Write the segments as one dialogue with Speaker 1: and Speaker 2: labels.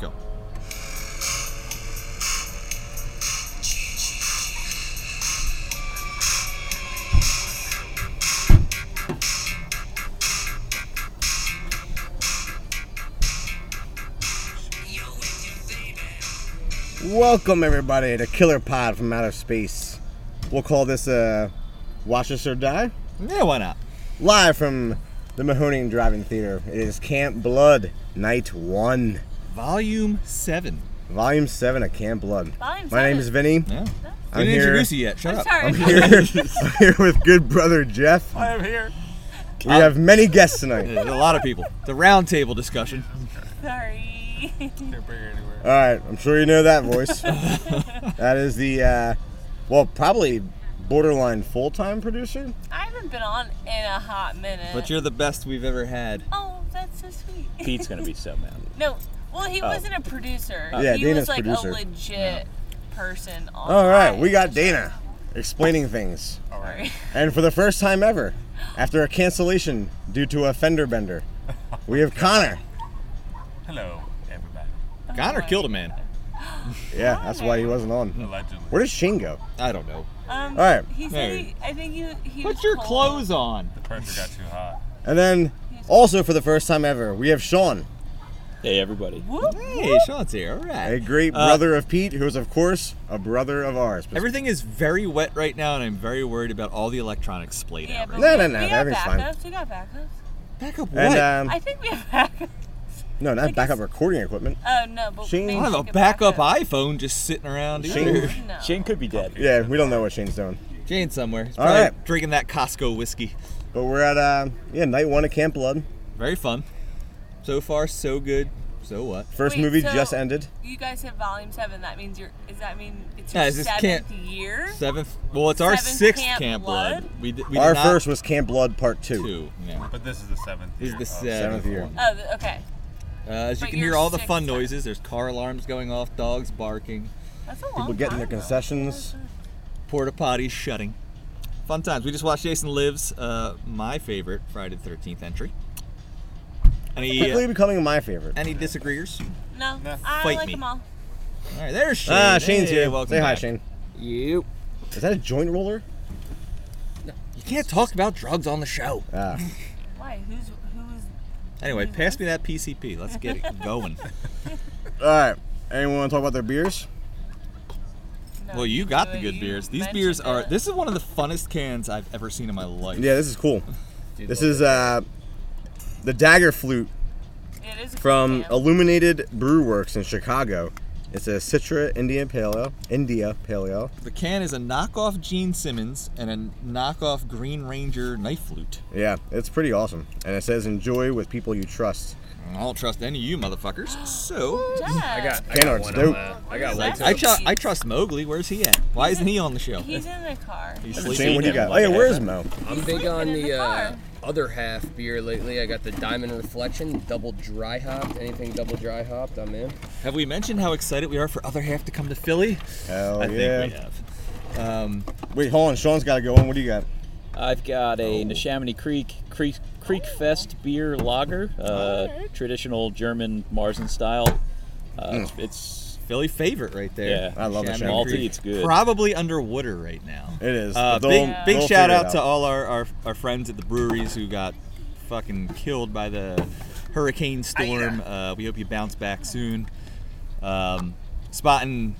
Speaker 1: go.
Speaker 2: Welcome everybody to Killer Pod from Outer Space. We'll call this uh, Watch Us or Die.
Speaker 1: Yeah, why not?
Speaker 2: Live from the Mahoning Driving Theater. It is Camp Blood, Night One,
Speaker 1: Volume seven.
Speaker 2: Volume Seven of Camp Blood.
Speaker 3: Volume
Speaker 2: My
Speaker 3: seven.
Speaker 2: name is Vinny.
Speaker 1: Yeah.
Speaker 2: I'm
Speaker 1: didn't
Speaker 2: here-
Speaker 1: introduce you yet. Shut
Speaker 3: I'm
Speaker 1: up. Uh,
Speaker 3: sorry.
Speaker 2: I'm here, I'm here with good brother Jeff.
Speaker 1: I am here.
Speaker 2: We have many guests tonight.
Speaker 1: There's a lot of people. The roundtable discussion.
Speaker 3: sorry.
Speaker 2: All right, I'm sure you know that voice. that is the, uh, well, probably borderline full-time producer.
Speaker 3: I haven't been on in a hot minute.
Speaker 1: But you're the best we've ever had.
Speaker 3: oh, that's so sweet.
Speaker 4: Pete's gonna be so mad.
Speaker 3: no, well, he wasn't a producer.
Speaker 2: Yeah,
Speaker 3: he
Speaker 2: Dana's
Speaker 3: was like
Speaker 2: producer.
Speaker 3: a legit person. On
Speaker 2: All right,
Speaker 3: my-
Speaker 2: we got Dana explaining things.
Speaker 3: Sorry.
Speaker 2: And for the first time ever, after a cancellation due to a fender bender, we have Connor.
Speaker 5: Hello, everybody.
Speaker 1: Connor
Speaker 3: my
Speaker 1: killed a man.
Speaker 2: Yeah, that's why he wasn't on.
Speaker 5: Allegedly.
Speaker 2: Where does Shane go?
Speaker 1: I don't know.
Speaker 3: Um, All
Speaker 2: right.
Speaker 3: He said
Speaker 1: Hey.
Speaker 3: he, I think you. He
Speaker 1: Put
Speaker 3: was
Speaker 1: your
Speaker 3: cold.
Speaker 1: clothes on.
Speaker 5: The pressure got too hot.
Speaker 2: And then, also for the first time ever, we have Sean,
Speaker 4: Hey, everybody.
Speaker 3: Whoop.
Speaker 1: Hey, Sean's here. All right.
Speaker 2: a great
Speaker 1: Uh,
Speaker 2: brother of Pete, who is, of course, a brother of ours.
Speaker 1: Everything is very wet right now, and I'm very worried about all the electronics splayed
Speaker 3: Yeah,
Speaker 1: out.
Speaker 3: but
Speaker 1: Right.
Speaker 2: No,
Speaker 3: we-
Speaker 2: no, no,
Speaker 3: We got
Speaker 2: everything's fine.
Speaker 3: backups. We got backups.
Speaker 1: Back up
Speaker 2: And
Speaker 1: what?
Speaker 2: um,
Speaker 3: I think we have backups.
Speaker 2: no,
Speaker 3: I
Speaker 2: not
Speaker 3: guess-
Speaker 2: backup recording equipment.
Speaker 3: Oh no, but
Speaker 2: Shane-
Speaker 3: maybe
Speaker 1: I
Speaker 3: we
Speaker 1: don't have a
Speaker 3: could
Speaker 1: backup
Speaker 3: up.
Speaker 1: iPhone just sitting around
Speaker 2: Shane-
Speaker 1: either.
Speaker 3: No.
Speaker 4: Shane could be dead.
Speaker 2: Yeah, we don't know what Shane's doing,
Speaker 1: Jane's somewhere. He's
Speaker 2: All
Speaker 1: probably
Speaker 2: right.
Speaker 1: drinking that Costco whiskey.
Speaker 2: but we're at uh, yeah night one of Camp Blood.
Speaker 1: Very fun. So far, so good. So what?
Speaker 2: First
Speaker 3: Wait,
Speaker 2: movie
Speaker 3: so-
Speaker 2: just ended.
Speaker 3: You guys said volume seven. That means you're. Does that mean it's
Speaker 1: Yeah,
Speaker 3: your
Speaker 1: is this
Speaker 3: seventh
Speaker 1: camp-
Speaker 3: year?
Speaker 1: Seventh. Well, it's our
Speaker 3: Seventh
Speaker 1: sixth
Speaker 3: Camp
Speaker 1: Camp, Blood.
Speaker 3: Blood?
Speaker 1: We did, we
Speaker 2: Our
Speaker 1: did not
Speaker 2: first was Camp Blood Part Two.
Speaker 1: two. Yeah.
Speaker 5: But this is the seventh.
Speaker 1: This is
Speaker 5: year
Speaker 1: the
Speaker 5: of-
Speaker 1: seventh,
Speaker 2: year.
Speaker 1: one.
Speaker 3: Oh, the- okay.
Speaker 1: Uh, as you
Speaker 3: But
Speaker 1: can
Speaker 3: you're
Speaker 1: hear, all the
Speaker 3: sixth
Speaker 1: fun
Speaker 3: time.
Speaker 1: noises. There's car alarms going off, dogs barking,
Speaker 3: That's a long
Speaker 2: People getting their
Speaker 3: time ago.
Speaker 2: concessions.
Speaker 1: porta potties shutting. Fun times. We just watched Jason Lives, uh, my favorite Friday the 13th entry. Any
Speaker 2: Quickly
Speaker 1: uh,
Speaker 2: becoming my favorite.
Speaker 1: any disagreeers?
Speaker 3: No,
Speaker 5: No.
Speaker 3: I
Speaker 1: Fight
Speaker 3: like
Speaker 1: me.
Speaker 3: them all.
Speaker 1: All right, there's Shane.
Speaker 2: Ah, Shane's
Speaker 1: Hey,
Speaker 2: here.
Speaker 1: Welcome
Speaker 2: Say hi,
Speaker 1: back.
Speaker 2: Shane.
Speaker 4: You.
Speaker 2: Is that a joint roller?
Speaker 1: You can't talk about drugs on the show.
Speaker 2: Ah.
Speaker 3: Why? Who's who's?
Speaker 1: Anyway, pass me that PCP. Let's get it going.
Speaker 2: All right. Anyone want to talk about their beers?
Speaker 3: No,
Speaker 1: Well, you got
Speaker 3: do
Speaker 1: the
Speaker 3: it.
Speaker 1: good
Speaker 3: You
Speaker 1: beers. These
Speaker 3: mentioned
Speaker 1: beers are.
Speaker 3: it.
Speaker 1: This is one of the funnest cans I've ever seen in my life.
Speaker 2: Yeah, this is cool. This is uh, the Dagger Flute
Speaker 3: It is a
Speaker 2: from
Speaker 3: cool can.
Speaker 2: Illuminated Brew Works in Chicago. It's a Citra Indian Pale Ale. India Pale Ale.
Speaker 1: The can is a knockoff Gene Simmons and a knockoff Green Ranger knife flute.
Speaker 2: Yeah, it's pretty awesome. And it says enjoy with people you trust.
Speaker 1: I don't trust any of you motherfuckers. So
Speaker 3: Yeah.
Speaker 6: I got, I
Speaker 2: Can
Speaker 6: got
Speaker 2: art's
Speaker 6: one
Speaker 2: dope.
Speaker 6: on that. I got
Speaker 3: What
Speaker 6: one
Speaker 3: is
Speaker 6: too.
Speaker 1: I, tru- I trust Mowgli. Where's he at? Why isn't he on the show?
Speaker 3: He's in the car.
Speaker 1: He's
Speaker 4: Haven't
Speaker 1: sleeping.
Speaker 4: seen
Speaker 2: Shane, what do you
Speaker 4: him
Speaker 2: got? Oh
Speaker 4: like
Speaker 2: yeah,
Speaker 4: I
Speaker 2: where's
Speaker 4: have.
Speaker 2: Mo?
Speaker 6: I'm
Speaker 3: He's
Speaker 6: big
Speaker 3: sleeping
Speaker 6: on
Speaker 3: in
Speaker 6: the,
Speaker 3: the
Speaker 6: uh,
Speaker 3: car.
Speaker 6: other half beer lately. I got the Diamond Reflection, double dry hopped. Anything double dry hopped, I'm in.
Speaker 1: Have we mentioned how excited we are for other half to come to Philly?
Speaker 2: Hell
Speaker 1: I
Speaker 2: Oh, yeah.
Speaker 1: think we have. Um,
Speaker 2: Wait, hold on. Sean's got to go on. What do you got?
Speaker 4: I've got a Neshaminy Creek Creek Creek Fest beer lager, uh, traditional German Marzen style. Uh, It's
Speaker 1: Philly favorite right there.
Speaker 4: Yeah.
Speaker 2: I love the
Speaker 1: Shaman
Speaker 2: Shaman
Speaker 4: malty.
Speaker 1: Creek.
Speaker 4: It's good.
Speaker 1: Probably underwater right now.
Speaker 2: It is.
Speaker 1: Uh,
Speaker 2: They'll-
Speaker 1: big big
Speaker 2: they'll
Speaker 1: shout
Speaker 2: figure it
Speaker 1: out to all our, our, our friends at the breweries who got fucking killed by the hurricane storm. Uh, we hope you bounce back soon. Um, spot in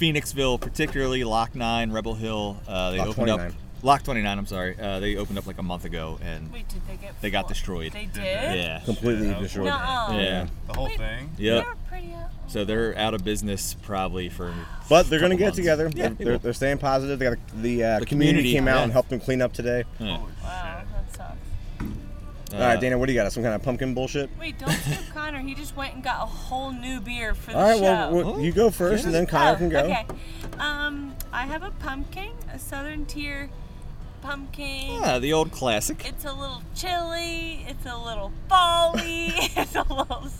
Speaker 1: Phoenixville, particularly Lock 9, Rebel Hill. Uh, they
Speaker 2: Lock
Speaker 1: opened
Speaker 2: 29.
Speaker 1: up. Lock 29, I'm sorry. Uh, they opened up like a month ago and
Speaker 3: Wait, did they get?
Speaker 1: they got
Speaker 3: full-
Speaker 1: destroyed.
Speaker 3: They did.
Speaker 1: Yeah.
Speaker 2: completely
Speaker 5: Yeah.
Speaker 2: destroyed.
Speaker 3: Nuh-uh.
Speaker 1: Yeah.
Speaker 5: The whole
Speaker 3: Wait.
Speaker 5: thing.
Speaker 1: Yep.
Speaker 3: They were pretty. Out.
Speaker 1: So they're out of business probably for.
Speaker 2: But they're gonna
Speaker 1: Couple
Speaker 2: get
Speaker 1: months.
Speaker 2: together.
Speaker 1: Yeah,
Speaker 2: they're,
Speaker 1: they
Speaker 2: they're,
Speaker 1: will.
Speaker 2: they're staying positive. They got a, the, uh,
Speaker 1: The
Speaker 2: community,
Speaker 1: community,
Speaker 2: came out
Speaker 1: yeah.
Speaker 2: and helped them clean up today.
Speaker 1: Yeah.
Speaker 5: Holy
Speaker 3: Wow,
Speaker 5: shit.
Speaker 3: that sucks.
Speaker 1: Uh,
Speaker 2: All right, Dana, what do you got? Some kind of pumpkin bullshit?
Speaker 3: Wait, don't skip Connor. He just went and got a whole new beer for the
Speaker 2: All right,
Speaker 3: show.
Speaker 2: well, well, you go first, and then Connor
Speaker 3: Oh,
Speaker 2: can go.
Speaker 3: Okay. Um, I have a pumpkin, a Southern Tier pumpkin.
Speaker 1: Yeah, the old classic.
Speaker 3: It's a little chilly. It's a little folly. it's a little
Speaker 5: Oh,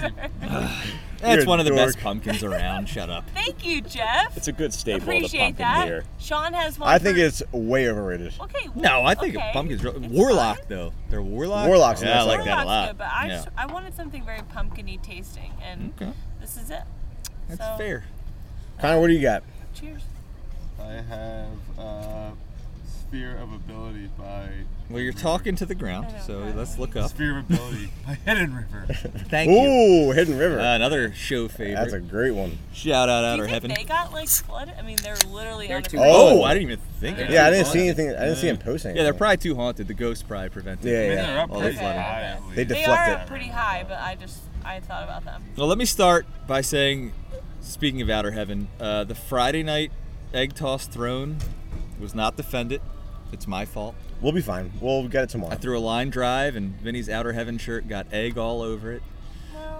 Speaker 3: September.
Speaker 1: Eh, That's
Speaker 2: You're a
Speaker 1: one of the best
Speaker 2: dork.
Speaker 1: pumpkins around. Shut up.
Speaker 3: Thank you, Jeff.
Speaker 4: It's a good staple
Speaker 3: Appreciate
Speaker 4: of the pumpkin
Speaker 3: that.
Speaker 4: here.
Speaker 3: Sean has one.
Speaker 2: I think
Speaker 3: for-
Speaker 2: it's way overrated.
Speaker 3: Okay.
Speaker 1: No, I think
Speaker 3: okay.
Speaker 1: pumpkins.
Speaker 3: It's
Speaker 1: Warlock
Speaker 3: fine.
Speaker 1: though. They're warlock.
Speaker 2: Warlock's
Speaker 1: Yeah, I
Speaker 2: nice.
Speaker 1: like that a
Speaker 3: Warlock's
Speaker 1: lot.
Speaker 3: Good, but I,
Speaker 1: yeah.
Speaker 3: just, I wanted something very pumpkiny tasting, and
Speaker 1: Okay.
Speaker 3: this is it.
Speaker 1: That's
Speaker 3: So,
Speaker 1: fair.
Speaker 2: Connor, what do you got?
Speaker 3: Cheers.
Speaker 5: I have uh, Sphere of Ability by.
Speaker 1: Well, you're talking to the ground,
Speaker 3: I don't
Speaker 1: so
Speaker 3: know.
Speaker 1: let's look up.
Speaker 5: Sphere of Ability by Hidden River.
Speaker 1: Thank you.
Speaker 2: Ooh, Hidden River.
Speaker 1: Uh, another show favorite.
Speaker 2: That's a great one.
Speaker 1: Shout out out
Speaker 3: Do
Speaker 1: or
Speaker 3: you think
Speaker 1: heaven.
Speaker 3: they got like flooded? I mean, they're literally
Speaker 6: They're
Speaker 3: on a
Speaker 6: too-
Speaker 1: Oh,
Speaker 2: Oh.
Speaker 1: I didn't even think. of
Speaker 6: Yeah,
Speaker 1: it.
Speaker 2: Yeah, I didn't see
Speaker 6: haunted.
Speaker 2: anything. I didn't see him posting.
Speaker 1: Mm. Yeah, they're probably too haunted. The ghost probably prevented.
Speaker 2: Yeah,
Speaker 1: it.
Speaker 5: I mean,
Speaker 2: yeah.
Speaker 5: they're up
Speaker 1: Well,
Speaker 5: pretty
Speaker 1: they flooded.
Speaker 5: high, at least.
Speaker 2: They
Speaker 3: They
Speaker 2: deflect
Speaker 3: are
Speaker 2: it.
Speaker 3: pretty high, but I just I thought about them.
Speaker 1: Well, let me start by saying, speaking of outer heaven, uh, the Friday night egg toss throne was not defended. It's my fault.
Speaker 2: We'll be fine. We'll get it
Speaker 1: I
Speaker 2: tomorrow.
Speaker 1: threw a line drive, and Vinny's outer heaven shirt got egg all over it.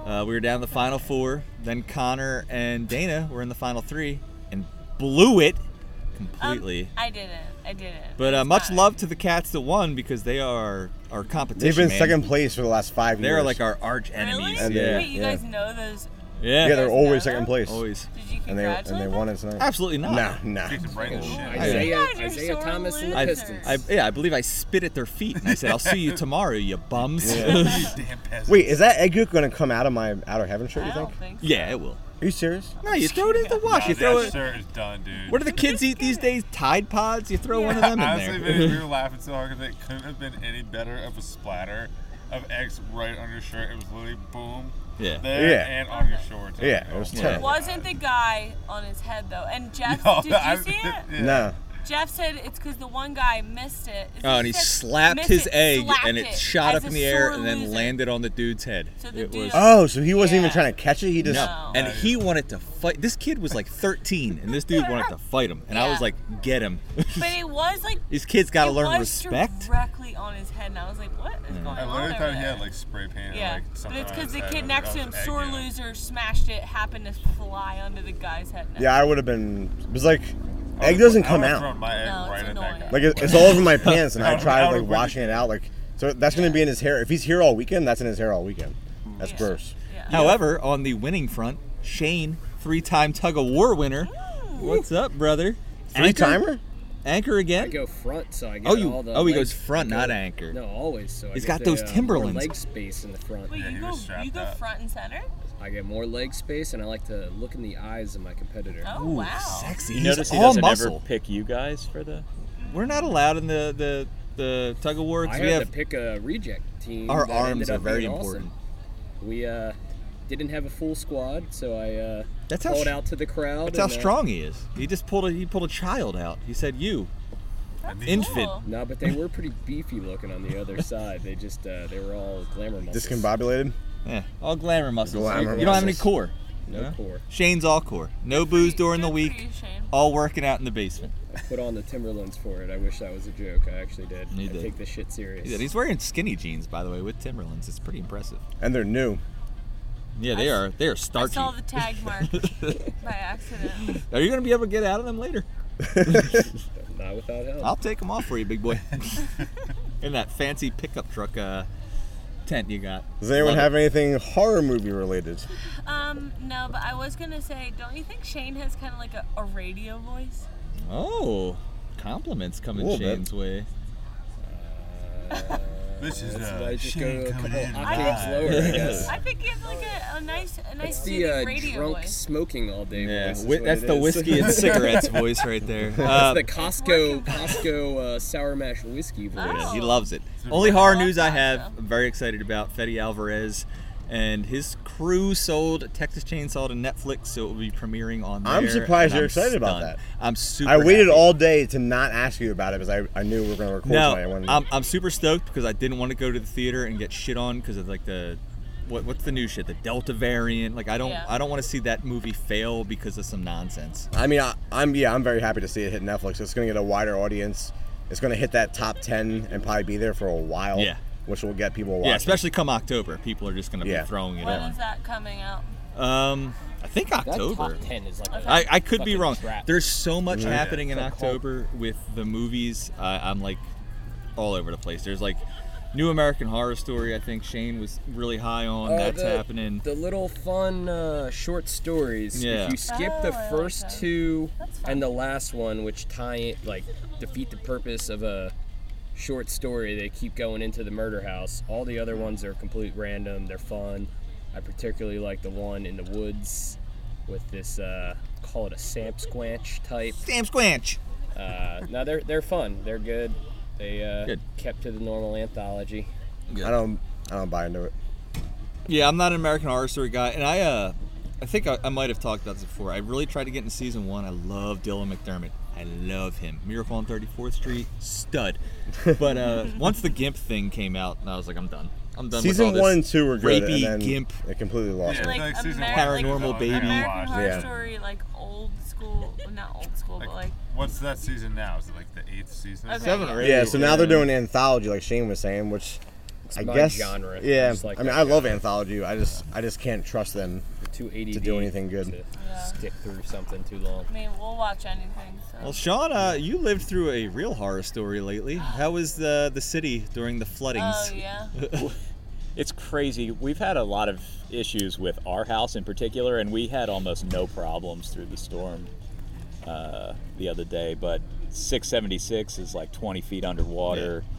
Speaker 1: Uh, we were down to the final four. Then Connor and Dana were in the final three and blew it
Speaker 3: Um,
Speaker 1: completely.
Speaker 3: I didn't. I didn't.
Speaker 1: but uh,
Speaker 3: It's
Speaker 1: much
Speaker 3: fine.
Speaker 1: love to the cats that won because they are our competition.
Speaker 2: They've been
Speaker 1: man.
Speaker 2: second place for the last five
Speaker 1: They're
Speaker 2: years.
Speaker 1: like our arch
Speaker 3: Really?
Speaker 1: enemies.
Speaker 2: And
Speaker 1: Yeah.
Speaker 2: they-
Speaker 3: Wait, you
Speaker 2: yeah.
Speaker 3: guys know those?
Speaker 1: yeah.
Speaker 2: yeah, they're always
Speaker 3: Yeah.
Speaker 2: second place.
Speaker 1: Always.
Speaker 3: Did you
Speaker 2: And they
Speaker 3: congratulate
Speaker 2: and they won it tonight.
Speaker 1: Absolutely not.
Speaker 2: Nah, nah.
Speaker 5: She's bright as shit.
Speaker 1: I-
Speaker 6: Isaiah,
Speaker 3: You guys are
Speaker 6: Isaiah
Speaker 3: sore
Speaker 6: Thomas and the
Speaker 1: I,
Speaker 6: Pistons.
Speaker 1: I, yeah, I believe I spit at their feet and I said, "I'll see you tomorrow, you bums." Yeah,
Speaker 5: You damn peasant.
Speaker 2: Wait, is that egg yolk gonna come out of my outer heaven shirt?
Speaker 3: I
Speaker 2: You think?
Speaker 3: don't think.
Speaker 1: it will.
Speaker 2: Are you serious?
Speaker 1: No, you throw it in the wash.
Speaker 5: Nah,
Speaker 1: you throw
Speaker 5: that
Speaker 1: it.
Speaker 5: shirt is done, dude.
Speaker 1: What do the kids eat these days? Tide pods. You throw one of them in
Speaker 5: Honestly,
Speaker 1: there.
Speaker 5: Vinny, we were laughing so hard because it couldn't have been any better of a splatter of eggs right on your shirt. It was literally boom.
Speaker 1: Yeah.
Speaker 5: There
Speaker 2: Yeah.
Speaker 5: and on your shorts.
Speaker 2: Yeah, it was
Speaker 1: Yeah.
Speaker 2: terrible.
Speaker 3: Wasn't the guy on his head though? And Jeff,
Speaker 5: No,
Speaker 3: did you
Speaker 5: I-
Speaker 3: see it?
Speaker 5: Oh, yeah.
Speaker 2: No.
Speaker 3: Jeff said it's because the one guy missed it. Is
Speaker 1: Oh, and he
Speaker 3: said
Speaker 1: slapped
Speaker 3: missed
Speaker 1: his
Speaker 3: it,
Speaker 1: egg,
Speaker 3: slapped
Speaker 1: and it shot
Speaker 3: as
Speaker 1: up in
Speaker 3: a
Speaker 1: the air
Speaker 3: sore
Speaker 1: and then
Speaker 3: loser.
Speaker 1: landed on the dude's head.
Speaker 3: So the
Speaker 1: it
Speaker 3: dude-
Speaker 1: was.
Speaker 2: Oh, so he wasn't even
Speaker 3: Yeah.
Speaker 2: trying to catch it. He just.
Speaker 1: No, and he wanted to fight. This kid was like 13, and this dude wanted to fight him, and I was
Speaker 3: Yeah.
Speaker 1: like, "Get him!"
Speaker 3: But it was like
Speaker 1: These kids gotta
Speaker 3: it
Speaker 1: learn
Speaker 3: was
Speaker 1: respect.
Speaker 3: directly on his head, and I was like, what is going
Speaker 5: I
Speaker 3: on?
Speaker 5: literally
Speaker 3: over
Speaker 5: thought he
Speaker 3: there?
Speaker 5: had like spray paint. or,
Speaker 3: Yeah,
Speaker 5: like,
Speaker 3: but
Speaker 5: something
Speaker 3: it's
Speaker 5: on
Speaker 3: because
Speaker 5: his
Speaker 3: the
Speaker 5: head.
Speaker 3: kid
Speaker 5: I
Speaker 3: next
Speaker 5: thought
Speaker 3: to
Speaker 5: it
Speaker 3: him,
Speaker 5: was egg
Speaker 3: sore
Speaker 5: yolk.
Speaker 3: loser, smashed it, happened to fly onto the guy's head.
Speaker 2: Yeah, I would have been. It was like egg
Speaker 5: I
Speaker 2: doesn't
Speaker 5: would've
Speaker 2: come
Speaker 5: thrown
Speaker 2: out.
Speaker 5: my egg
Speaker 3: No, it's
Speaker 5: right at that
Speaker 3: annoying.
Speaker 5: guy.
Speaker 2: Like it, it's all over my pants, and
Speaker 5: I
Speaker 2: I
Speaker 5: would- I
Speaker 2: tried like
Speaker 5: would've really-
Speaker 2: washing it out. Like so, that's gonna be in his hair. If he's here all weekend, that's in his hair all weekend. That's
Speaker 3: Yeah.
Speaker 2: gross.
Speaker 3: Yeah.
Speaker 1: However, on the winning front, Shane, three-time tug of war winner. What's up, brother?
Speaker 2: Three
Speaker 1: Anchor-
Speaker 2: timer.
Speaker 1: Anchor
Speaker 6: I
Speaker 1: again?
Speaker 6: go front, so I get
Speaker 1: Oh, you-
Speaker 6: all the.
Speaker 1: oh, he
Speaker 6: legs-
Speaker 1: goes front,
Speaker 6: I
Speaker 1: not
Speaker 6: go-
Speaker 1: anchor.
Speaker 6: No, always. So I
Speaker 1: He's
Speaker 6: get
Speaker 1: got
Speaker 6: the,
Speaker 1: those
Speaker 6: uh, more
Speaker 1: Timberlands.
Speaker 6: leg space in the front.
Speaker 3: Wait,
Speaker 5: Yeah,
Speaker 3: you
Speaker 5: he
Speaker 3: go,
Speaker 5: was strapped
Speaker 3: you go
Speaker 5: up.
Speaker 3: front and center?
Speaker 6: I get more leg space, and I like to look in the eyes of my competitor.
Speaker 3: Oh,
Speaker 1: Ooh,
Speaker 3: wow.
Speaker 1: sexy.
Speaker 4: You
Speaker 1: He's
Speaker 4: notice he
Speaker 1: all
Speaker 4: doesn't
Speaker 1: muscle.
Speaker 4: ever pick you guys for the.
Speaker 1: We're not allowed in the the, the tug of war
Speaker 6: I
Speaker 1: because
Speaker 6: had
Speaker 1: we
Speaker 6: to
Speaker 1: have
Speaker 6: pick a reject team.
Speaker 1: our
Speaker 6: that
Speaker 1: arms
Speaker 6: ended
Speaker 1: are
Speaker 6: up being
Speaker 1: very
Speaker 6: awesome.
Speaker 1: important.
Speaker 6: We uh, didn't have a full squad, so I uh,
Speaker 1: That's how
Speaker 6: called
Speaker 1: str-
Speaker 6: out to the crowd.
Speaker 1: That's how
Speaker 6: and, uh,
Speaker 1: strong he is. He just pulled a he pulled a child out. He said, "You."
Speaker 5: And these-
Speaker 1: Infant.
Speaker 3: Cool.
Speaker 6: No, but they were pretty beefy looking on the other side. They just uh, they were all glamour muscles.
Speaker 2: Discombobulated.
Speaker 1: Yeah, eh, all glamour muscles.
Speaker 2: Glamour
Speaker 1: you don't have any
Speaker 2: muscles.
Speaker 1: core.
Speaker 6: No
Speaker 1: Yeah.
Speaker 6: core.
Speaker 1: Shane's all core. No booze during the
Speaker 3: Good for
Speaker 1: week.
Speaker 3: you, Shane.
Speaker 1: All working out in the basement.
Speaker 6: Put on the Timberlands for it. I wish that was a joke. I actually did.
Speaker 1: You
Speaker 6: I
Speaker 1: did.
Speaker 6: take this shit serious.
Speaker 1: He said He's wearing skinny jeans, by the way, with Timberlands. It's pretty impressive.
Speaker 2: And they're new.
Speaker 1: Yeah, they
Speaker 3: I
Speaker 1: are. They are
Speaker 3: I
Speaker 1: starchy.
Speaker 3: saw the tag mark by accident.
Speaker 1: Are you gonna be able to get out of them later?
Speaker 6: Not without help.
Speaker 1: I'll take them off for you, big boy. in that fancy pickup truck uh, tent you got.
Speaker 2: Does anyone
Speaker 1: Love it.
Speaker 2: have anything horror movie related?
Speaker 3: Um, no, but I was gonna say, don't you think Shane has kind of like a, a radio voice?
Speaker 1: Oh, compliments coming
Speaker 2: Little bit.
Speaker 1: Shane's way.
Speaker 5: This is
Speaker 6: So
Speaker 5: uh,
Speaker 6: I just go
Speaker 5: Shane
Speaker 6: a
Speaker 5: coming
Speaker 6: couple
Speaker 5: in.
Speaker 6: octaves
Speaker 5: live.
Speaker 6: lower, I guess.
Speaker 3: I think you have like a, a nice, a nice
Speaker 6: It's the
Speaker 3: soothing
Speaker 6: uh,
Speaker 3: radio
Speaker 6: drunk
Speaker 3: voice.
Speaker 6: smoking all day.
Speaker 1: Yeah,
Speaker 6: voice is
Speaker 1: whi
Speaker 6: what
Speaker 1: that's
Speaker 6: it
Speaker 1: the
Speaker 6: is.
Speaker 1: whiskey and cigarettes voice right there. Uh,
Speaker 6: the Costco Costco uh, sour mash whiskey voice.
Speaker 3: Oh.
Speaker 1: He loves it.
Speaker 5: It's
Speaker 1: Only
Speaker 5: a-
Speaker 1: horror
Speaker 3: I love
Speaker 1: news I
Speaker 3: that,
Speaker 1: have.
Speaker 3: though.
Speaker 1: I'm very excited about Fetty Alvarez, and his crew sold Texas Chainsaw to Netflix, so it will be premiering on. There,
Speaker 2: I'm surprised
Speaker 1: and
Speaker 2: you're
Speaker 1: I'm
Speaker 2: excited about
Speaker 1: stunned.
Speaker 2: that.
Speaker 1: I'm super.
Speaker 2: I waited
Speaker 1: happy.
Speaker 2: all day to not ask you about it because I, I knew we were going to record
Speaker 1: No,
Speaker 2: tonight. I wanted-
Speaker 1: I'm, I'm super stoked because I didn't want to go to the theater and get shit on because of like the. What, what's the new shit? The Delta variant. Like I don't,
Speaker 3: Yeah.
Speaker 1: I don't want to see that movie fail because of some nonsense.
Speaker 2: I mean, I, I'm yeah, I'm very happy to see it hit Netflix. It's going to get a wider audience. It's going to hit that top ten and probably be there for a while.
Speaker 1: Yeah.
Speaker 2: which will get people watching.
Speaker 1: Yeah, especially come October, people are just gonna
Speaker 2: Yeah.
Speaker 1: be throwing it
Speaker 3: When is that coming out?
Speaker 1: on. Um, I think
Speaker 6: That
Speaker 1: October.
Speaker 6: top ten is like a
Speaker 1: I, I could be
Speaker 6: fucking
Speaker 1: wrong.
Speaker 6: trap.
Speaker 1: There's so much happening in
Speaker 6: It's a cult.
Speaker 1: October with the movies. I I'm like all over the place. There's like New American Horror Story, I think Shane was really high on.
Speaker 6: Uh,
Speaker 1: That's
Speaker 6: the-
Speaker 1: happening.
Speaker 6: The little fun uh, short stories.
Speaker 1: Yeah.
Speaker 6: If you skip
Speaker 3: Oh,
Speaker 6: the
Speaker 3: I like
Speaker 6: first
Speaker 3: those.
Speaker 6: two
Speaker 3: That's fun.
Speaker 6: and the last one, which tie it like defeat the purpose of a short story, they keep going into the murder house. All the other ones are complete random. They're fun. I particularly like the one in the woods with this uh, call it a Sam Squanch type.
Speaker 1: Damn squanch.
Speaker 6: Uh, no, they're they're fun. They're good. They uh,
Speaker 1: Good.
Speaker 6: kept to the normal anthology.
Speaker 2: I don't. I don't buy into it.
Speaker 1: Yeah, I'm not an American Horror Story guy, and I uh, I think I, I might have talked about this before. I really tried to get into season one. I love Dylan McDermott. I love him. Miracle on 34th Street, stud. But uh, once the Gimp thing came out, I was like, I'm done. I'm done.
Speaker 2: Season
Speaker 1: with all
Speaker 2: one and
Speaker 1: this
Speaker 2: two were good,
Speaker 1: rapey
Speaker 2: and then
Speaker 1: gimp.
Speaker 2: they completely lost
Speaker 5: Yeah,
Speaker 2: me.
Speaker 3: Like,
Speaker 5: like season
Speaker 3: Ameri-
Speaker 5: one.
Speaker 1: Paranormal
Speaker 5: Like,
Speaker 1: Baby.
Speaker 3: American Horror
Speaker 2: Yeah.
Speaker 3: Story, like old school, not old school,
Speaker 5: Like,
Speaker 3: but like
Speaker 5: what's that season now? Is it like the eighth season? or
Speaker 3: Okay.
Speaker 5: something?
Speaker 1: Seven or eight.
Speaker 2: Yeah, so now they're
Speaker 4: Yeah.
Speaker 2: doing anthology, like Shane was saying, which
Speaker 6: It's
Speaker 2: I
Speaker 6: my
Speaker 2: guess
Speaker 6: genre.
Speaker 2: Yeah,
Speaker 6: just like
Speaker 2: I mean,
Speaker 6: that
Speaker 2: I love
Speaker 6: guy.
Speaker 2: anthology. I just, I just can't trust them.
Speaker 6: Too ADD
Speaker 2: to do anything good.
Speaker 6: to
Speaker 3: Yeah.
Speaker 6: stick through something too long.
Speaker 3: I mean, we'll watch anything. So.
Speaker 1: Well, Sean, uh, you lived through a real horror story lately. How was the the city during the floodings?
Speaker 3: oh yeah.
Speaker 4: It's crazy. We've had a lot of issues with our house in particular, and we had almost no problems through the storm uh, the other day. But 676 is like 20 feet underwater.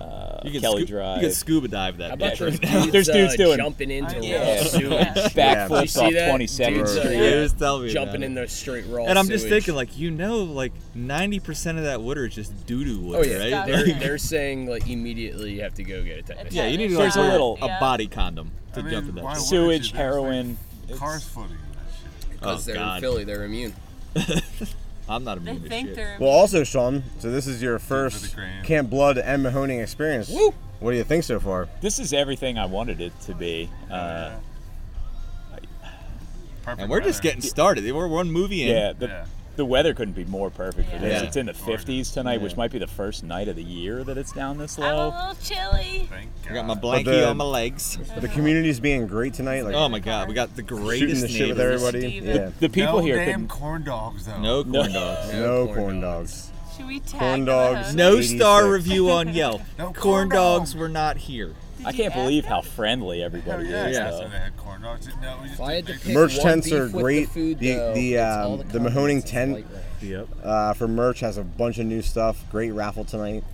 Speaker 4: Uh,
Speaker 1: You can
Speaker 4: Kelly
Speaker 1: scu-
Speaker 4: Drive.
Speaker 1: You can scuba dive
Speaker 6: How
Speaker 1: that
Speaker 6: about
Speaker 1: bitch
Speaker 6: those
Speaker 1: right now.
Speaker 6: dudes,
Speaker 4: There's dudes
Speaker 6: uh,
Speaker 4: doing-
Speaker 6: jumping into raw
Speaker 4: Yeah.
Speaker 6: sewage?
Speaker 2: Yeah.
Speaker 4: Backflips
Speaker 6: You see
Speaker 4: off
Speaker 6: that?
Speaker 4: 27th
Speaker 6: Dudes, uh,
Speaker 4: Street.
Speaker 1: It was telling me
Speaker 6: Jumping
Speaker 1: about
Speaker 6: in
Speaker 1: it.
Speaker 6: the straight raw
Speaker 1: And I'm just
Speaker 6: sewage.
Speaker 1: thinking, like, you know, like 90% of that water is just doo doo
Speaker 6: Oh
Speaker 1: water,
Speaker 6: yeah,
Speaker 1: right?
Speaker 3: Stop.
Speaker 6: they're,
Speaker 1: Like-
Speaker 6: they're saying like immediately you have to go get a tetanus.
Speaker 1: yeah, you need to like
Speaker 3: There's
Speaker 4: a
Speaker 1: wear
Speaker 4: little-
Speaker 1: a
Speaker 3: Yeah.
Speaker 1: body condom to
Speaker 5: I mean,
Speaker 1: jump in
Speaker 5: why
Speaker 1: that.
Speaker 5: would
Speaker 1: shit.
Speaker 4: Sewage,
Speaker 5: you? There's, like,
Speaker 4: heroin.
Speaker 5: Cars
Speaker 4: It's-
Speaker 5: flooding and that shit.
Speaker 1: Oh,
Speaker 6: because they're
Speaker 1: God.
Speaker 6: in Philly, they're immune.
Speaker 1: I'm not
Speaker 3: They
Speaker 1: immune to
Speaker 3: think
Speaker 1: shit.
Speaker 3: they're.
Speaker 2: Well, also Sean, so this is your
Speaker 5: the
Speaker 2: first
Speaker 5: gram.
Speaker 2: Camp Blood and Mahoning experience. What do you think so far?
Speaker 4: This is everything I wanted it to be. Uh,
Speaker 5: uh, Perfect
Speaker 1: And we're just
Speaker 5: weather.
Speaker 1: getting started. We're one movie in.
Speaker 4: yeah, the,
Speaker 5: Yeah.
Speaker 4: the weather couldn't be more perfect for this.
Speaker 1: Yeah.
Speaker 4: It's in the 50s tonight, which might be the first night of the year that it's down this
Speaker 3: I'm a
Speaker 4: low.
Speaker 3: little chilly.
Speaker 5: Thank
Speaker 1: I got my
Speaker 5: God.
Speaker 1: blankie
Speaker 2: the-
Speaker 1: on my legs.
Speaker 2: The community's being great tonight. Like
Speaker 1: Oh my god, we got the
Speaker 2: shooting
Speaker 1: greatest
Speaker 2: the shit with
Speaker 1: neighbors.
Speaker 2: everybody.
Speaker 3: Steven.
Speaker 2: Yeah.
Speaker 4: The people
Speaker 5: no
Speaker 4: here
Speaker 5: damn
Speaker 4: couldn't
Speaker 5: corn dogs though.
Speaker 1: No
Speaker 4: No.
Speaker 1: corn dogs.
Speaker 2: No corn dogs.
Speaker 3: Should we tag
Speaker 2: Corn
Speaker 3: the
Speaker 2: dogs.
Speaker 3: host?
Speaker 1: No
Speaker 2: 86.
Speaker 1: star review on Yelp.
Speaker 5: No corn
Speaker 1: corn dogs
Speaker 5: dogs.
Speaker 1: were not here.
Speaker 3: Did
Speaker 4: I
Speaker 3: you
Speaker 4: can't
Speaker 3: ask
Speaker 4: believe
Speaker 3: them?
Speaker 4: how friendly everybody
Speaker 5: Hell yeah,
Speaker 4: is.
Speaker 5: Oh, yeah.
Speaker 4: though.
Speaker 5: they had corn dogs. No, we just
Speaker 6: If I had to
Speaker 5: didn't
Speaker 6: pick
Speaker 2: Merch
Speaker 6: one
Speaker 2: tents
Speaker 6: beef
Speaker 2: are
Speaker 6: with
Speaker 2: great.
Speaker 6: The, food,
Speaker 2: The-
Speaker 6: though,
Speaker 2: the,
Speaker 6: it's all
Speaker 2: um, the Mahoning
Speaker 6: condiments,
Speaker 2: tent-
Speaker 6: it's light
Speaker 1: Yep.
Speaker 2: Uh, for merch has a bunch of new stuff. Great raffle tonight.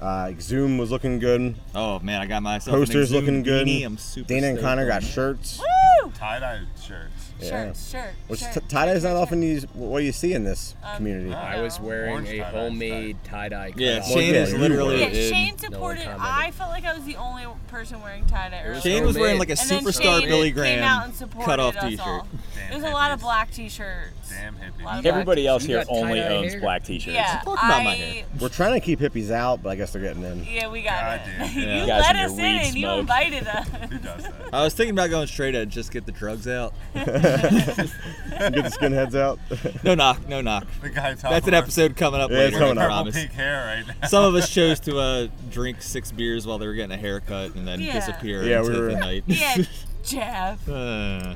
Speaker 2: Uh, Zoom was looking good.
Speaker 1: Oh man, I got myself
Speaker 2: Posters
Speaker 1: an Exhumed
Speaker 2: looking good.
Speaker 1: beanie. I'm super.
Speaker 2: Dana and
Speaker 1: stoked
Speaker 2: Connor
Speaker 1: on
Speaker 2: got
Speaker 1: that.
Speaker 2: shirts.
Speaker 3: Woo!
Speaker 5: tie dye shirts.
Speaker 2: Yeah.
Speaker 3: Shirt, shirt.
Speaker 2: Which
Speaker 3: shirt,
Speaker 2: t- tie dye is
Speaker 3: shirt,
Speaker 2: not
Speaker 3: shirt.
Speaker 2: often used. What do you see in this
Speaker 3: Um,
Speaker 2: community?
Speaker 5: uh,
Speaker 6: I was wearing
Speaker 5: Orange
Speaker 6: a
Speaker 5: tie-dye,
Speaker 6: homemade tie dye.
Speaker 1: Yeah,
Speaker 2: Well,
Speaker 1: Shane
Speaker 2: yeah,
Speaker 1: is
Speaker 2: you
Speaker 1: literally.
Speaker 3: Yeah,
Speaker 2: were.
Speaker 1: in-
Speaker 3: Shane supported.
Speaker 6: commented.
Speaker 3: I felt like I was the only person wearing tie dye. earlier.
Speaker 1: Shane was
Speaker 6: Oh,
Speaker 1: wearing
Speaker 6: man.
Speaker 1: like a
Speaker 3: And then
Speaker 1: superstar
Speaker 3: Shane
Speaker 1: Billy
Speaker 3: came out
Speaker 1: Graham
Speaker 3: and supported
Speaker 1: cut off
Speaker 3: us
Speaker 1: T-shirt.
Speaker 3: all.
Speaker 5: Damn
Speaker 3: There's a lot of
Speaker 5: hippies.
Speaker 3: black T-shirts.
Speaker 5: Damn hippie.
Speaker 3: Wow.
Speaker 4: Everybody else
Speaker 6: You
Speaker 4: here
Speaker 6: got
Speaker 4: only
Speaker 6: tie-dye
Speaker 4: owns
Speaker 6: hair?
Speaker 4: black t-shirts.
Speaker 3: Yeah,
Speaker 1: Talk about my
Speaker 3: I-
Speaker 1: hair.
Speaker 2: We're trying to keep hippies out, but I guess they're getting in.
Speaker 3: Yeah, we got
Speaker 5: God
Speaker 3: it.
Speaker 5: damn.
Speaker 3: you
Speaker 1: Yeah. You
Speaker 4: guys
Speaker 3: let
Speaker 4: and your
Speaker 3: us in
Speaker 4: weed
Speaker 3: and you
Speaker 4: smoke.
Speaker 3: invited us.
Speaker 5: Who does that?
Speaker 1: I was thinking about going straight edge, just get the drugs out.
Speaker 2: Get the skinheads out.
Speaker 1: No knock, no knock.
Speaker 5: The guy talking.
Speaker 1: That's an episode coming up
Speaker 2: Yeah, it's
Speaker 1: later.
Speaker 2: coming
Speaker 1: I
Speaker 2: up.
Speaker 5: Purple
Speaker 1: promise.
Speaker 5: pink hair right now.
Speaker 1: Some of us chose to uh, drink six beers while they were getting a haircut and then
Speaker 3: Yeah.
Speaker 1: disappear
Speaker 2: Yeah,
Speaker 1: into
Speaker 2: we were-
Speaker 1: the night.
Speaker 3: yeah, Jeff.
Speaker 1: Uh,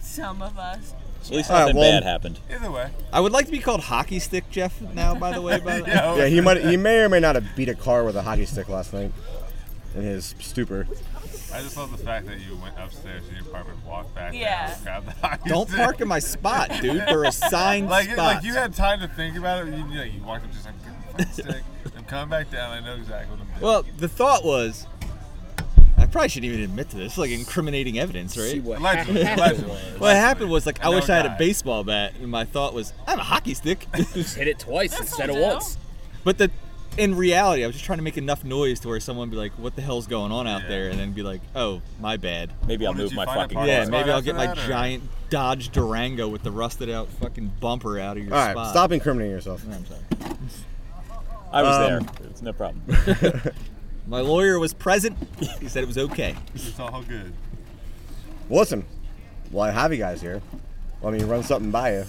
Speaker 3: Some of us.
Speaker 4: At least
Speaker 2: All right,
Speaker 4: nothing
Speaker 2: well-
Speaker 4: bad happened.
Speaker 5: Either way.
Speaker 1: I would like to be called Hockey Stick Jeff now. By the way, by the
Speaker 5: Yeah.
Speaker 2: Yeah, he might. He may or may not have beat a car with a hockey stick last night in his stupor.
Speaker 5: I just love the fact that you went upstairs to your apartment, walked back,
Speaker 3: Yeah.
Speaker 5: down, grabbed the hockey
Speaker 1: don't
Speaker 5: stick.
Speaker 1: park in my spot, dude. They're assigned
Speaker 5: Like, it-
Speaker 1: spots.
Speaker 5: like you had time to think about it. You, you, know, you walked up just like, get the fucking stick. I'm coming back down. I know exactly what I'm doing.
Speaker 1: well, the thought was, I probably shouldn't even admit to this. It's like incriminating evidence,
Speaker 6: See
Speaker 1: right?
Speaker 6: what
Speaker 5: Allegedly,
Speaker 6: happened
Speaker 5: allegedly.
Speaker 6: was.
Speaker 1: What happened was like I,
Speaker 5: I know
Speaker 1: wish I had a
Speaker 5: guy.
Speaker 1: baseball bat, and my thought was I have a hockey stick.
Speaker 6: Hit it twice instead of
Speaker 3: This'll do.
Speaker 6: once.
Speaker 1: But the in reality, I was just trying to make enough noise to where someone be like, "What the hell's going on out
Speaker 5: Yeah.
Speaker 1: there?" and then be like, "Oh, my bad."
Speaker 4: Maybe I'll
Speaker 5: Well, did
Speaker 4: move
Speaker 5: you
Speaker 4: my
Speaker 5: find a
Speaker 4: fucking
Speaker 5: parking
Speaker 1: yeah,
Speaker 5: spot
Speaker 1: maybe I'll
Speaker 5: after
Speaker 1: get my
Speaker 5: that, or-
Speaker 1: giant Dodge Durango with the rusted out fucking bumper out of your
Speaker 2: All right,
Speaker 1: spot.
Speaker 2: stop incriminating yourself.
Speaker 1: I'm sorry.
Speaker 4: I was
Speaker 2: Um,
Speaker 4: there. It's no problem.
Speaker 1: My lawyer was present. He said it was okay.
Speaker 5: It's all good.
Speaker 2: Well, listen. While I have you guys here, let me run something by you.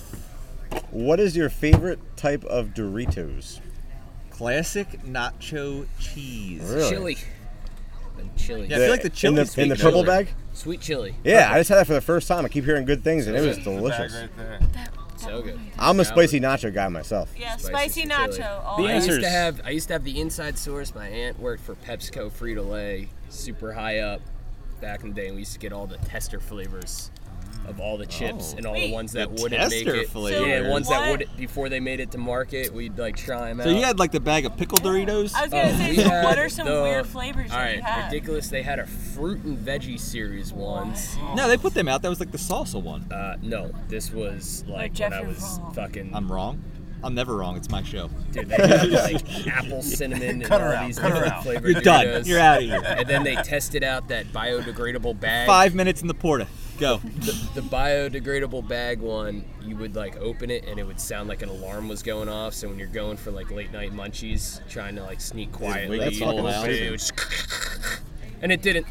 Speaker 2: What is your favorite type of Doritos?
Speaker 1: Classic nacho cheese.
Speaker 2: Really?
Speaker 6: Chili. And chili.
Speaker 1: Yeah. I feel like the
Speaker 2: in
Speaker 1: chili's
Speaker 2: the, in the
Speaker 1: sweet
Speaker 2: purple
Speaker 1: chili.
Speaker 2: bag.
Speaker 6: Sweet chili.
Speaker 2: Yeah, I just had that for the first time. I keep hearing good things, and it was
Speaker 5: It's the bag
Speaker 2: delicious.
Speaker 5: right there.
Speaker 6: So good.
Speaker 2: I'm a
Speaker 6: Salad.
Speaker 2: spicy nacho guy myself.
Speaker 3: Yeah,
Speaker 6: Spicy
Speaker 3: spicy,
Speaker 6: Sicilian.
Speaker 3: nacho. All
Speaker 4: The
Speaker 6: I
Speaker 3: in.
Speaker 4: answer-
Speaker 6: used to
Speaker 4: Answers.
Speaker 6: have I used to have the inside source. My aunt worked for PepsiCo Frito Lay, super high up. Back in the day, we used to get all the tester flavors of all the chips
Speaker 1: Oh.
Speaker 6: and all the
Speaker 3: Wait,
Speaker 6: ones
Speaker 1: The
Speaker 6: that wouldn't make
Speaker 1: tester
Speaker 6: it.
Speaker 1: flavors.
Speaker 6: Yeah, ones that
Speaker 3: What?
Speaker 6: would before they made it to market, we'd like try them
Speaker 1: So
Speaker 6: out.
Speaker 1: you had like the bag of pickle Doritos.
Speaker 3: I was gonna
Speaker 6: Oh,
Speaker 3: say,
Speaker 6: we
Speaker 3: so
Speaker 6: had
Speaker 3: what are some
Speaker 6: the-
Speaker 3: weird flavors
Speaker 6: All
Speaker 3: that you
Speaker 6: right,
Speaker 3: have?
Speaker 6: ridiculous. They had a fruit and veggie series once.
Speaker 1: no, they put them out. That was like the salsa one.
Speaker 6: Uh, no, this was like
Speaker 3: Jeff,
Speaker 6: when I
Speaker 3: you're
Speaker 6: was
Speaker 3: wrong.
Speaker 6: fucking.
Speaker 1: I'm wrong. I'm never wrong. It's my show.
Speaker 6: Dude, they had like apple cinnamon and
Speaker 5: Cut her
Speaker 6: all
Speaker 5: out,
Speaker 6: these
Speaker 5: cut her
Speaker 6: different
Speaker 5: out.
Speaker 6: flavored
Speaker 1: You're done.
Speaker 6: Doritos.
Speaker 1: You're out of here.
Speaker 6: And then they tested out that biodegradable bag.
Speaker 1: Five minutes in the porta. Go.
Speaker 6: The biodegradable bag one, you would like open it and it would sound like an alarm was going off. So when you're going for like late night munchies, trying to like sneak quietly,
Speaker 1: that's
Speaker 6: you
Speaker 1: fucking
Speaker 6: would-
Speaker 1: loud.
Speaker 6: it would just and it didn't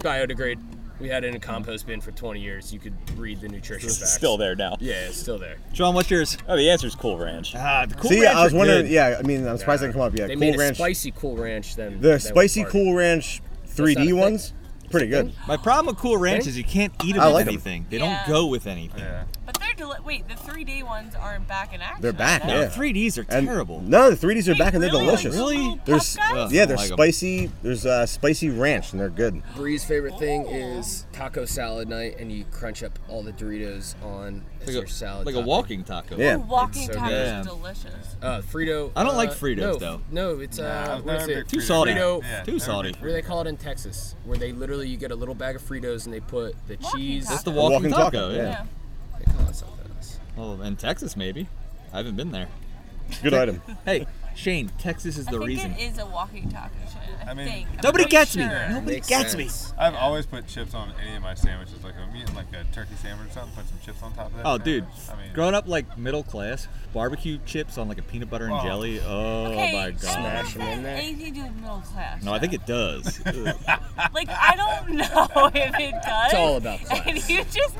Speaker 6: biodegrade. We had it in a compost bin for 20 years. You could read the nutrition facts.
Speaker 4: It's still there now.
Speaker 6: Yeah, it's still there.
Speaker 1: John, what's yours?
Speaker 4: Oh, the answer is Cool Ranch.
Speaker 1: Ah, the cool
Speaker 2: See,
Speaker 1: Ranch
Speaker 2: I was
Speaker 1: are
Speaker 2: wondering.
Speaker 1: good.
Speaker 2: Yeah, I mean, I'm surprised they didn't come up. Yeah,
Speaker 6: they
Speaker 2: Cool
Speaker 6: made a
Speaker 2: Ranch.
Speaker 6: spicy Cool Ranch. Then
Speaker 2: the
Speaker 6: then
Speaker 2: spicy
Speaker 6: was part of
Speaker 2: Cool Ranch
Speaker 6: not a
Speaker 2: 3D
Speaker 6: thing?
Speaker 2: ones, pretty good.
Speaker 1: My problem with Cool Ranch
Speaker 6: Okay.
Speaker 1: is you can't eat them
Speaker 2: I
Speaker 1: with
Speaker 2: like 'em.
Speaker 1: anything. They
Speaker 3: Yeah.
Speaker 1: don't go with anything.
Speaker 5: Yeah.
Speaker 3: But they're deli- wait, the three day ones aren't back in action.
Speaker 2: They're back,
Speaker 3: are
Speaker 1: No,
Speaker 3: they?
Speaker 2: yeah.
Speaker 1: 3Ds are
Speaker 2: And
Speaker 1: terrible.
Speaker 2: No, the 3Ds are
Speaker 3: Wait,
Speaker 2: back and they're
Speaker 3: really?
Speaker 2: delicious.
Speaker 1: Really?
Speaker 3: Little
Speaker 2: There's
Speaker 3: puff guys?
Speaker 1: Ugh.
Speaker 2: yeah,
Speaker 1: don't
Speaker 2: there's
Speaker 1: like 'em.
Speaker 2: spicy. There's uh, spicy ranch and they're good.
Speaker 6: Bree's favorite thing is taco salad night, and you crunch up all the Doritos on as your
Speaker 1: Like a,
Speaker 6: salad.
Speaker 1: like a
Speaker 6: topping.
Speaker 1: walking taco.
Speaker 2: Yeah.
Speaker 3: Ooh, walking
Speaker 6: So
Speaker 3: tacos
Speaker 1: good.
Speaker 3: is delicious.
Speaker 6: Uh, Frito.
Speaker 1: I don't
Speaker 6: uh,
Speaker 1: like Fritos,
Speaker 6: no,
Speaker 1: though.
Speaker 6: No, it's uh,
Speaker 5: I've
Speaker 6: what
Speaker 5: never
Speaker 6: is
Speaker 5: been a
Speaker 6: it?
Speaker 1: Too
Speaker 5: Frito
Speaker 1: salty.
Speaker 5: guy.
Speaker 6: Frito-
Speaker 1: Too
Speaker 5: Yeah, never been
Speaker 1: salty.
Speaker 5: a Frito
Speaker 6: What do they call it in Texas? Where they literally you get a little bag of Fritos and they put the
Speaker 3: Walking
Speaker 6: cheese.
Speaker 3: taco.
Speaker 1: That's the
Speaker 2: A
Speaker 1: walking, taco. yeah.
Speaker 3: Yeah.
Speaker 6: They call it something else.
Speaker 1: Well, in Texas maybe. I haven't been there.
Speaker 2: Good item.
Speaker 1: Hey, Shane, Texas is
Speaker 3: I
Speaker 1: the
Speaker 3: think
Speaker 1: reason.
Speaker 3: it is a walking taco. Shane. I,
Speaker 5: I mean-
Speaker 3: think. I'm
Speaker 1: Nobody
Speaker 3: pretty
Speaker 1: gets me.
Speaker 3: sure.
Speaker 1: Nobody
Speaker 6: Makes
Speaker 1: gets me.
Speaker 6: sense.
Speaker 5: I've always put chips on any of my sandwiches. Like I'm eating like a turkey sandwich or something, put some chips on top of that.
Speaker 1: Oh, dude.
Speaker 5: sandwich. I mean,
Speaker 1: Growing up like middle class, barbecue chips on like a peanut butter and
Speaker 5: Oh.
Speaker 1: jelly. Oh
Speaker 3: Okay,
Speaker 1: my god.
Speaker 3: I don't know
Speaker 6: Smash
Speaker 3: if
Speaker 6: them
Speaker 3: that
Speaker 6: in there.
Speaker 3: has Anything to do with middle class?
Speaker 1: No, I think it does. Ugh.
Speaker 3: Like I don't know if it does.
Speaker 6: It's all about
Speaker 3: And
Speaker 6: class.
Speaker 3: you just.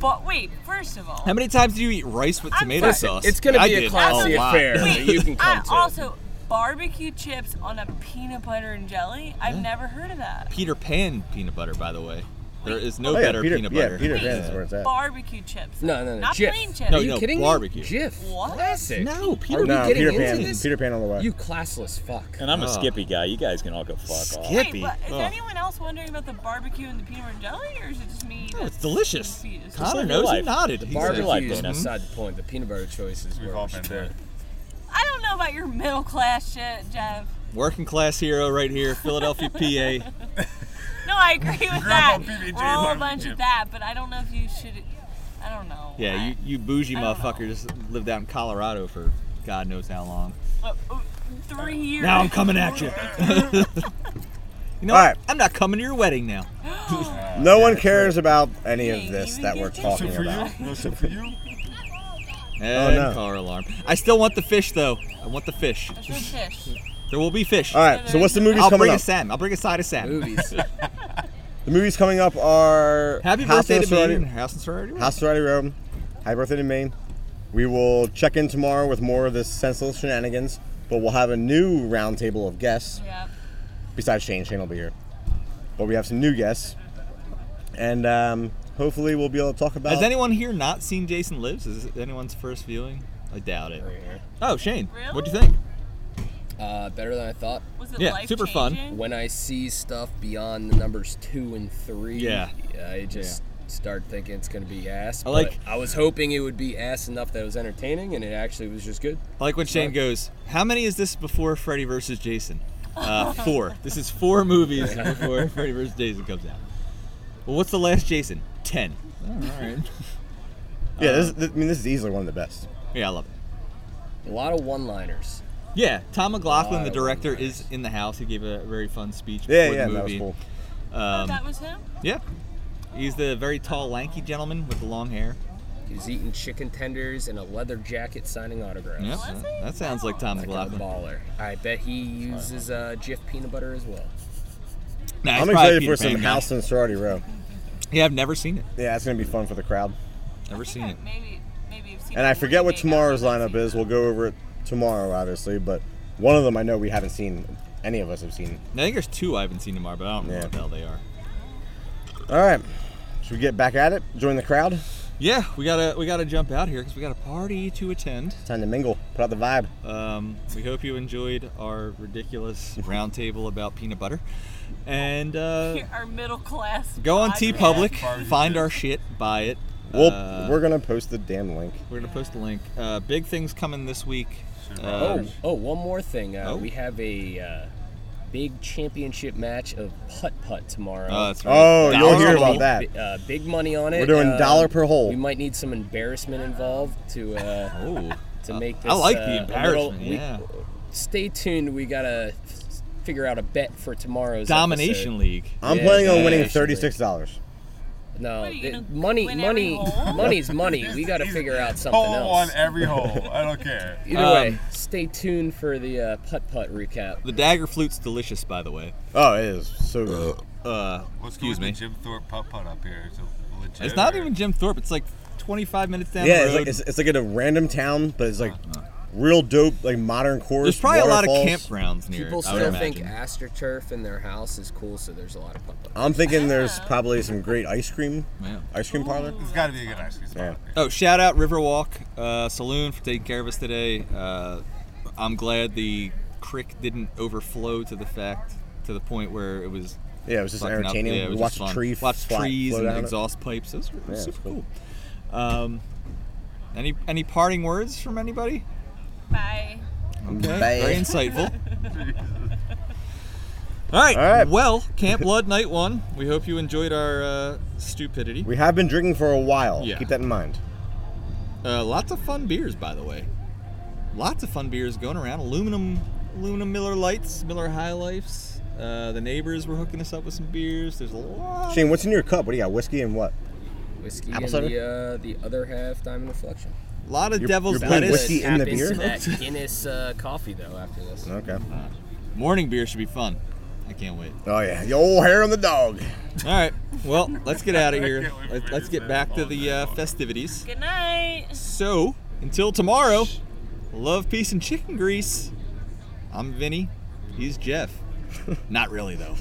Speaker 3: But wait, first of all.
Speaker 1: How many times do you eat rice with
Speaker 3: I'm
Speaker 1: tomato
Speaker 3: fine.
Speaker 1: sauce?
Speaker 6: It's gonna
Speaker 1: I
Speaker 6: be a
Speaker 1: did Oh,
Speaker 6: classy
Speaker 1: lot.
Speaker 6: affair.
Speaker 3: Wait,
Speaker 6: you can come
Speaker 3: I
Speaker 6: to.
Speaker 3: also barbecue chips on a peanut butter and jelly. I've never heard of that.
Speaker 1: Peter Pan peanut butter, by the way. There is no
Speaker 2: Oh, yeah,
Speaker 1: better
Speaker 2: Peter-
Speaker 1: peanut
Speaker 2: yeah,
Speaker 1: butter.
Speaker 2: Peter Pan
Speaker 1: Uh,
Speaker 2: is where it's at.
Speaker 3: Barbecue chips.
Speaker 6: No, no, no.
Speaker 3: Not
Speaker 6: Jif.
Speaker 3: plain chips.
Speaker 1: No,
Speaker 6: Are you
Speaker 1: no,
Speaker 6: kidding
Speaker 1: barbecue.
Speaker 6: me? Jif.
Speaker 3: What?
Speaker 6: Classic.
Speaker 1: No, Peter
Speaker 6: Are we
Speaker 2: no,
Speaker 6: getting
Speaker 2: Peter
Speaker 6: into
Speaker 2: Pan.
Speaker 6: this?
Speaker 2: Peter Pan on the way.
Speaker 6: You classless fuck.
Speaker 4: And I'm a
Speaker 2: Ah.
Speaker 1: Oh.
Speaker 4: Skippy guy. You guys can all go fuck off.
Speaker 3: Wait,
Speaker 1: Skippy.
Speaker 3: but is
Speaker 1: Ugh.
Speaker 3: anyone else wondering about the barbecue and the peanut butter and jelly, or is it just me?
Speaker 1: No,
Speaker 3: that's
Speaker 1: it's delicious.
Speaker 3: confused?
Speaker 1: Connor
Speaker 4: like
Speaker 1: knows
Speaker 4: your
Speaker 1: he
Speaker 4: life.
Speaker 1: nodded. He
Speaker 4: barbecue
Speaker 1: said-
Speaker 6: Barbecue is
Speaker 4: Dana.
Speaker 6: beside the point. The peanut butter choices
Speaker 5: We've
Speaker 6: were.
Speaker 5: all been there.
Speaker 3: I don't know about your middle class shit, Jeff.
Speaker 1: Working class hero right here, Philadelphia, PA.
Speaker 3: No, I agree with
Speaker 5: Grandma
Speaker 3: that.
Speaker 5: PBJ
Speaker 3: We're all a
Speaker 5: barbecue.
Speaker 3: bunch of that, but I don't know if you should. I don't know.
Speaker 1: Yeah, you, you bougie
Speaker 3: I don't know.
Speaker 1: motherfuckers lived out in Colorado for God knows how long.
Speaker 3: I- uh, three years.
Speaker 1: Now I'm coming at you. you know
Speaker 2: All
Speaker 1: what?
Speaker 2: right.
Speaker 1: I'm not coming to your wedding now.
Speaker 2: no one cares about any of
Speaker 3: Yeah,
Speaker 2: this
Speaker 3: even
Speaker 2: that
Speaker 3: your
Speaker 2: we're
Speaker 3: chips.
Speaker 5: So
Speaker 2: talking
Speaker 5: for
Speaker 2: about.
Speaker 5: you, no so for you.
Speaker 1: And
Speaker 2: Oh, no.
Speaker 1: Eh, car alarm. I still want the fish though. I want the fish.
Speaker 3: There's no fish.
Speaker 1: There will be fish.
Speaker 2: All right, so what's the movies
Speaker 1: I'll
Speaker 2: coming
Speaker 1: bring a
Speaker 2: up?
Speaker 1: salmon. I'll bring a side of salmon.
Speaker 6: Movies.
Speaker 2: The movies coming up are
Speaker 1: Happy
Speaker 2: House
Speaker 1: birthday
Speaker 2: on
Speaker 1: to me
Speaker 2: Sorority-
Speaker 1: and House and Sorority. Row.
Speaker 2: House Sorority Row. Happy birthday to me. We will check in tomorrow with more of this senseless shenanigans, but we'll have a new roundtable of guests.
Speaker 3: Yeah.
Speaker 2: Besides Shane, Shane will be here. But we have some new guests. And um, hopefully we'll be able to talk about
Speaker 1: Has anyone here not seen Jason Lives? Is it anyone's first viewing? I doubt it. Oh, Shane, what'd you
Speaker 3: Really?
Speaker 1: think?
Speaker 6: uh, better than I thought.
Speaker 3: Was it
Speaker 1: Yeah,
Speaker 3: life
Speaker 1: super fun.
Speaker 6: When I see stuff beyond the numbers two and three,
Speaker 1: Yeah.
Speaker 6: I just start thinking it's gonna be ass.
Speaker 1: I
Speaker 6: I
Speaker 1: like-
Speaker 6: like. I was hoping it would be ass enough that it was entertaining, and it actually was just good.
Speaker 1: I like when Shane goes, "How many is this before Freddy versus Jason?" Uh, four. This is four movies before Freddy versus Jason comes out. Well, what's the last Jason? Ten. Oh, all right.
Speaker 2: Yeah, this, is- I mean, this is easily one of the best.
Speaker 1: yeah, I love it.
Speaker 6: A lot of one-liners.
Speaker 1: Yeah, Tom
Speaker 2: Oh,
Speaker 1: McLaughlin, the
Speaker 6: Wow,
Speaker 1: director,
Speaker 6: nice.
Speaker 1: is in the house. He gave a very fun speech before
Speaker 2: Yeah, yeah,
Speaker 1: the
Speaker 2: that was
Speaker 1: movie.
Speaker 2: cool.
Speaker 1: Um,
Speaker 3: That was him.
Speaker 1: yeah, he's the very tall, lanky gentleman with the long hair.
Speaker 6: He was eating chicken tenders in a leather jacket, signing autographs.
Speaker 1: Yep,
Speaker 3: Was
Speaker 1: that-
Speaker 3: he?
Speaker 1: that sounds like Tom
Speaker 6: Like a
Speaker 1: McLaughlin.
Speaker 6: baller. I bet he uses uh, Jif peanut butter as well.
Speaker 1: Nah, he's
Speaker 2: I'm
Speaker 1: probably
Speaker 2: excited
Speaker 1: Peter
Speaker 2: for some
Speaker 1: Pan guy.
Speaker 2: House and Sorority Row.
Speaker 1: Yeah, I've never seen it.
Speaker 2: Yeah, it's going to be fun for the crowd.
Speaker 1: Never
Speaker 3: I
Speaker 1: seen it.
Speaker 3: think I maybe, maybe I've seen
Speaker 2: And
Speaker 3: it
Speaker 2: I
Speaker 3: before
Speaker 2: forget what
Speaker 3: today. I
Speaker 2: tomorrow's
Speaker 3: don't know
Speaker 2: lineup
Speaker 3: if I've
Speaker 2: is. We'll go over it tomorrow, obviously, but one of them I know we haven't seen. Any of us have seen.
Speaker 1: I think there's two I haven't seen tomorrow, but I don't know
Speaker 2: Yeah.
Speaker 1: what the hell they are.
Speaker 2: All right. Should we get back at it? Join the crowd?
Speaker 1: yeah, we gotta we gotta jump out here because we got a party to attend.
Speaker 2: Time to mingle. Put out the vibe.
Speaker 1: Um, we hope you enjoyed our ridiculous roundtable about peanut butter, and uh,
Speaker 3: Our middle class.
Speaker 1: go on
Speaker 3: podcast.
Speaker 1: T Public,
Speaker 5: Barbecue
Speaker 1: find
Speaker 5: pit.
Speaker 1: our shit, buy it.
Speaker 2: Well,
Speaker 1: Uh,
Speaker 2: we're gonna post the damn link.
Speaker 1: We're gonna post the link. Uh, big things coming this week.
Speaker 5: Sure.
Speaker 1: Uh,
Speaker 6: Oh, oh, one more thing. Uh,
Speaker 1: Oh.
Speaker 6: We have a uh, big championship match of putt putt tomorrow.
Speaker 1: oh, that's right.
Speaker 2: Oh,
Speaker 1: Dollar
Speaker 2: you'll hear
Speaker 1: Bowl.
Speaker 2: about that.
Speaker 6: Bi- Uh, big money on it.
Speaker 2: We're doing
Speaker 6: Uh,
Speaker 2: dollar per hole.
Speaker 6: We might need some embarrassment involved to uh,
Speaker 1: Oh,
Speaker 6: to make this.
Speaker 1: I like
Speaker 6: uh,
Speaker 1: the
Speaker 6: a little-
Speaker 1: embarrassment.
Speaker 6: we-
Speaker 1: yeah,
Speaker 6: Stay tuned. We gotta f- figure out a bet for tomorrow's
Speaker 1: domination
Speaker 6: episode.
Speaker 1: league.
Speaker 2: I'm
Speaker 6: Yeah,
Speaker 2: planning on winning
Speaker 6: actually.
Speaker 2: thirty-six dollars.
Speaker 6: No,
Speaker 3: What, are you
Speaker 6: th-
Speaker 3: gonna
Speaker 6: money,
Speaker 3: win every
Speaker 6: money,
Speaker 3: hole?
Speaker 6: money's money. We gotta
Speaker 5: He's-
Speaker 6: figure out something
Speaker 5: hole on
Speaker 6: else.
Speaker 5: every hole. I don't care.
Speaker 6: Either
Speaker 1: Um,
Speaker 6: way, stay tuned for the uh, putt putt recap.
Speaker 1: The dagger flute's delicious, by the way.
Speaker 2: Oh, it is so good.
Speaker 1: Uh,
Speaker 5: Let's go
Speaker 1: excuse
Speaker 5: with the
Speaker 1: me.
Speaker 5: Jim Thorpe putt putt up here. It's, a legit
Speaker 1: It's not even Jim Thorpe. It's like 25 minutes down the
Speaker 2: yeah, it's
Speaker 1: road. Uh-huh.
Speaker 2: like it's, it's like in a random town, but it's like real dope, like modern course.
Speaker 1: There's probably a lot of
Speaker 2: waterfalls.
Speaker 1: campgrounds near.
Speaker 7: People
Speaker 1: it, I would
Speaker 7: still think
Speaker 1: imagine.
Speaker 7: astroturf in their house is cool, so there's a lot of putt-putt.
Speaker 2: I'm thinking there's probably some great ice cream,
Speaker 1: Yeah.
Speaker 2: ice cream parlor.
Speaker 5: It's got to be a good ice cream spot.
Speaker 2: Yeah.
Speaker 1: Oh, shout out Riverwalk uh, Saloon for taking care of us today. Uh, I'm glad the creek didn't overflow to the fact to the point where it was.
Speaker 2: Yeah, it was just
Speaker 1: fucking up.
Speaker 2: entertaining.
Speaker 1: Yeah, it
Speaker 2: we
Speaker 1: was
Speaker 2: watched
Speaker 1: just fun.
Speaker 2: a tree, f-
Speaker 1: watched
Speaker 2: fly-
Speaker 1: trees
Speaker 2: flow
Speaker 1: and
Speaker 2: down it.
Speaker 1: exhaust pipes. It was, it was
Speaker 2: Yeah,
Speaker 1: super
Speaker 2: it's
Speaker 1: cool. Um, any any parting words from anybody?
Speaker 3: Bye.
Speaker 1: Okay.
Speaker 2: Bye.
Speaker 1: Very insightful. All right.
Speaker 2: All right.
Speaker 1: Well, Camp Blood Night One. We hope you enjoyed our uh, stupidity.
Speaker 2: We have been drinking for a while.
Speaker 1: Yeah.
Speaker 2: Keep that in mind.
Speaker 1: Uh, lots of fun beers, by the way. Lots of fun beers going around. Aluminum, aluminum Miller Lights, Miller High Lifes. Uh, the neighbors were hooking us up with some beers. There's a lot.
Speaker 2: Shane, what's in your cup? What do you got? Whiskey and what?
Speaker 7: Whiskey
Speaker 2: Apple
Speaker 7: and
Speaker 2: cider?
Speaker 7: the, uh, the other half, Diamond Reflection.
Speaker 1: lot of
Speaker 2: You're-
Speaker 1: Devil's
Speaker 2: you're putting
Speaker 1: Lettuce.
Speaker 2: whiskey in the
Speaker 7: Tap into
Speaker 2: beer?
Speaker 7: that Guinness uh, coffee, though, after this.
Speaker 2: Okay.
Speaker 1: Morning beer should be fun. I can't wait.
Speaker 2: Oh yeah, the old hair on the dog.
Speaker 1: All right. Well, let's get out of
Speaker 5: I
Speaker 1: here.
Speaker 5: can't wait for
Speaker 1: Let-
Speaker 5: you
Speaker 1: Let's
Speaker 5: to
Speaker 1: get
Speaker 5: say
Speaker 1: back to
Speaker 5: all
Speaker 1: the
Speaker 5: night
Speaker 1: uh,
Speaker 5: long.
Speaker 1: festivities.
Speaker 3: Good night.
Speaker 1: So, until tomorrow, love, peace, and chicken grease. I'm Vinny. He's Jeff. Not really, though.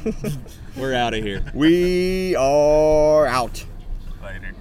Speaker 1: We're out of here.
Speaker 2: We are out.
Speaker 5: Later.